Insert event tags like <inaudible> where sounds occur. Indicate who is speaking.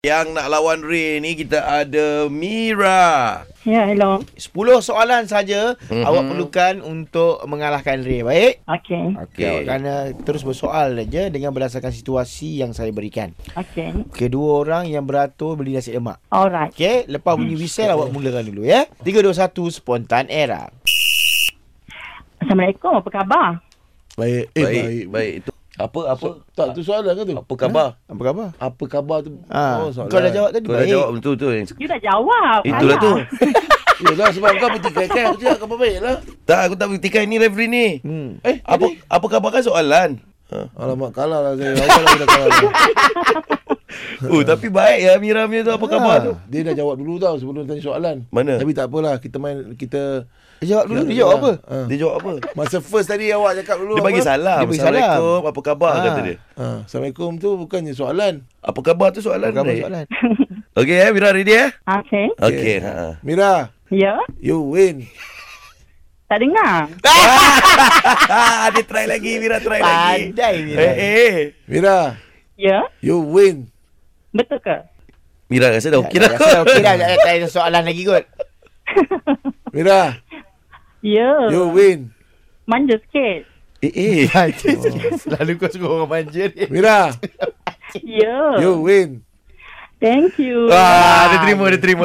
Speaker 1: Yang nak lawan Ray ni kita ada Mira.
Speaker 2: Ya, hello.
Speaker 3: 10 soalan
Speaker 1: Mhm.
Speaker 3: saja mm-hmm. awak perlukan untuk mengalahkan Ray. Baik?
Speaker 2: Okey.
Speaker 3: Okay. Awak kena terus bersoal saja dengan berdasarkan situasi yang saya berikan.
Speaker 2: Okey.
Speaker 3: Kedua orang yang beratur beli nasi lemak.
Speaker 2: Alright.
Speaker 3: Okey, lepas bunyi whistle awak mulakan dulu ya. 3 2 1 spontan era.
Speaker 2: Assalamualaikum. Apa khabar?
Speaker 4: Baik, eh, baik, baik.
Speaker 1: baik. Itu apa apa
Speaker 4: Tak, tu soalan ke tu?
Speaker 1: apa khabar?
Speaker 3: Apa khabar?
Speaker 4: Apa khabar tu? Oh,
Speaker 3: Ha, kau dah jawab tadi,
Speaker 1: Kau dah
Speaker 3: baik.
Speaker 1: jawab betul tu.
Speaker 2: You dah jawab.
Speaker 1: Itulah
Speaker 2: Alah.
Speaker 1: tu.
Speaker 4: Yelah, sebab kau bertikai-tikai. Aku cakap khabar baik lah.
Speaker 1: Tak aku tak bertikai ni referee ni.
Speaker 3: Hmm.
Speaker 4: Eh,
Speaker 1: Apa apa khabar kan soalan? Ha.
Speaker 4: Alamak, kalah lah saya. Awal aku dah kalah. lah.
Speaker 3: <laughs>
Speaker 4: dah.
Speaker 1: Oh tapi baik ya Mira punya tu apa khabar
Speaker 3: Ah.
Speaker 1: tu?
Speaker 4: Dia dah jawab dulu tau sebelum tanya soalan.
Speaker 1: Mana?
Speaker 4: Tapi tak apalah. Kita main, kita...
Speaker 3: Dia jawab dulu, dia jawab apa?
Speaker 4: Ha.
Speaker 1: Dia jawab apa?
Speaker 4: Masa first tadi awak cakap dulu
Speaker 1: Dia bagi
Speaker 4: apa?
Speaker 1: salam.
Speaker 3: Dia bagi salam.
Speaker 1: Assalamualaikum, apa khabar
Speaker 3: Ah.
Speaker 1: kata dia.
Speaker 4: Ha, Assalamualaikum tu bukannya soalan.
Speaker 1: Apa khabar tu soalan?
Speaker 3: Apa khabar
Speaker 1: Ray?
Speaker 3: soalan?
Speaker 1: Okey eh Mira ready eh?
Speaker 2: <laughs> Okey.
Speaker 1: Okey. Ha.
Speaker 4: Eh, Mira,
Speaker 2: Ya.
Speaker 4: you win.
Speaker 2: Tak dengar.
Speaker 1: Ah, dia try lagi Mira try lagi.
Speaker 3: Pandai ni.
Speaker 1: Eh eh.
Speaker 4: Mira,
Speaker 2: Ya.
Speaker 4: you win.
Speaker 2: Betul ke?
Speaker 1: Mira rasa dah okey dah.
Speaker 3: Okey dah, tak ada soalan lagi kot.
Speaker 4: Mira,
Speaker 2: Ya.
Speaker 4: you win.
Speaker 2: Manja sikit.
Speaker 1: <laughs> Eh eh.
Speaker 3: Selalu kau suruh orang manja ni.
Speaker 4: Mira,
Speaker 2: Ya.
Speaker 4: you win.
Speaker 2: Thank you.
Speaker 1: Ah, dia terima dia terima.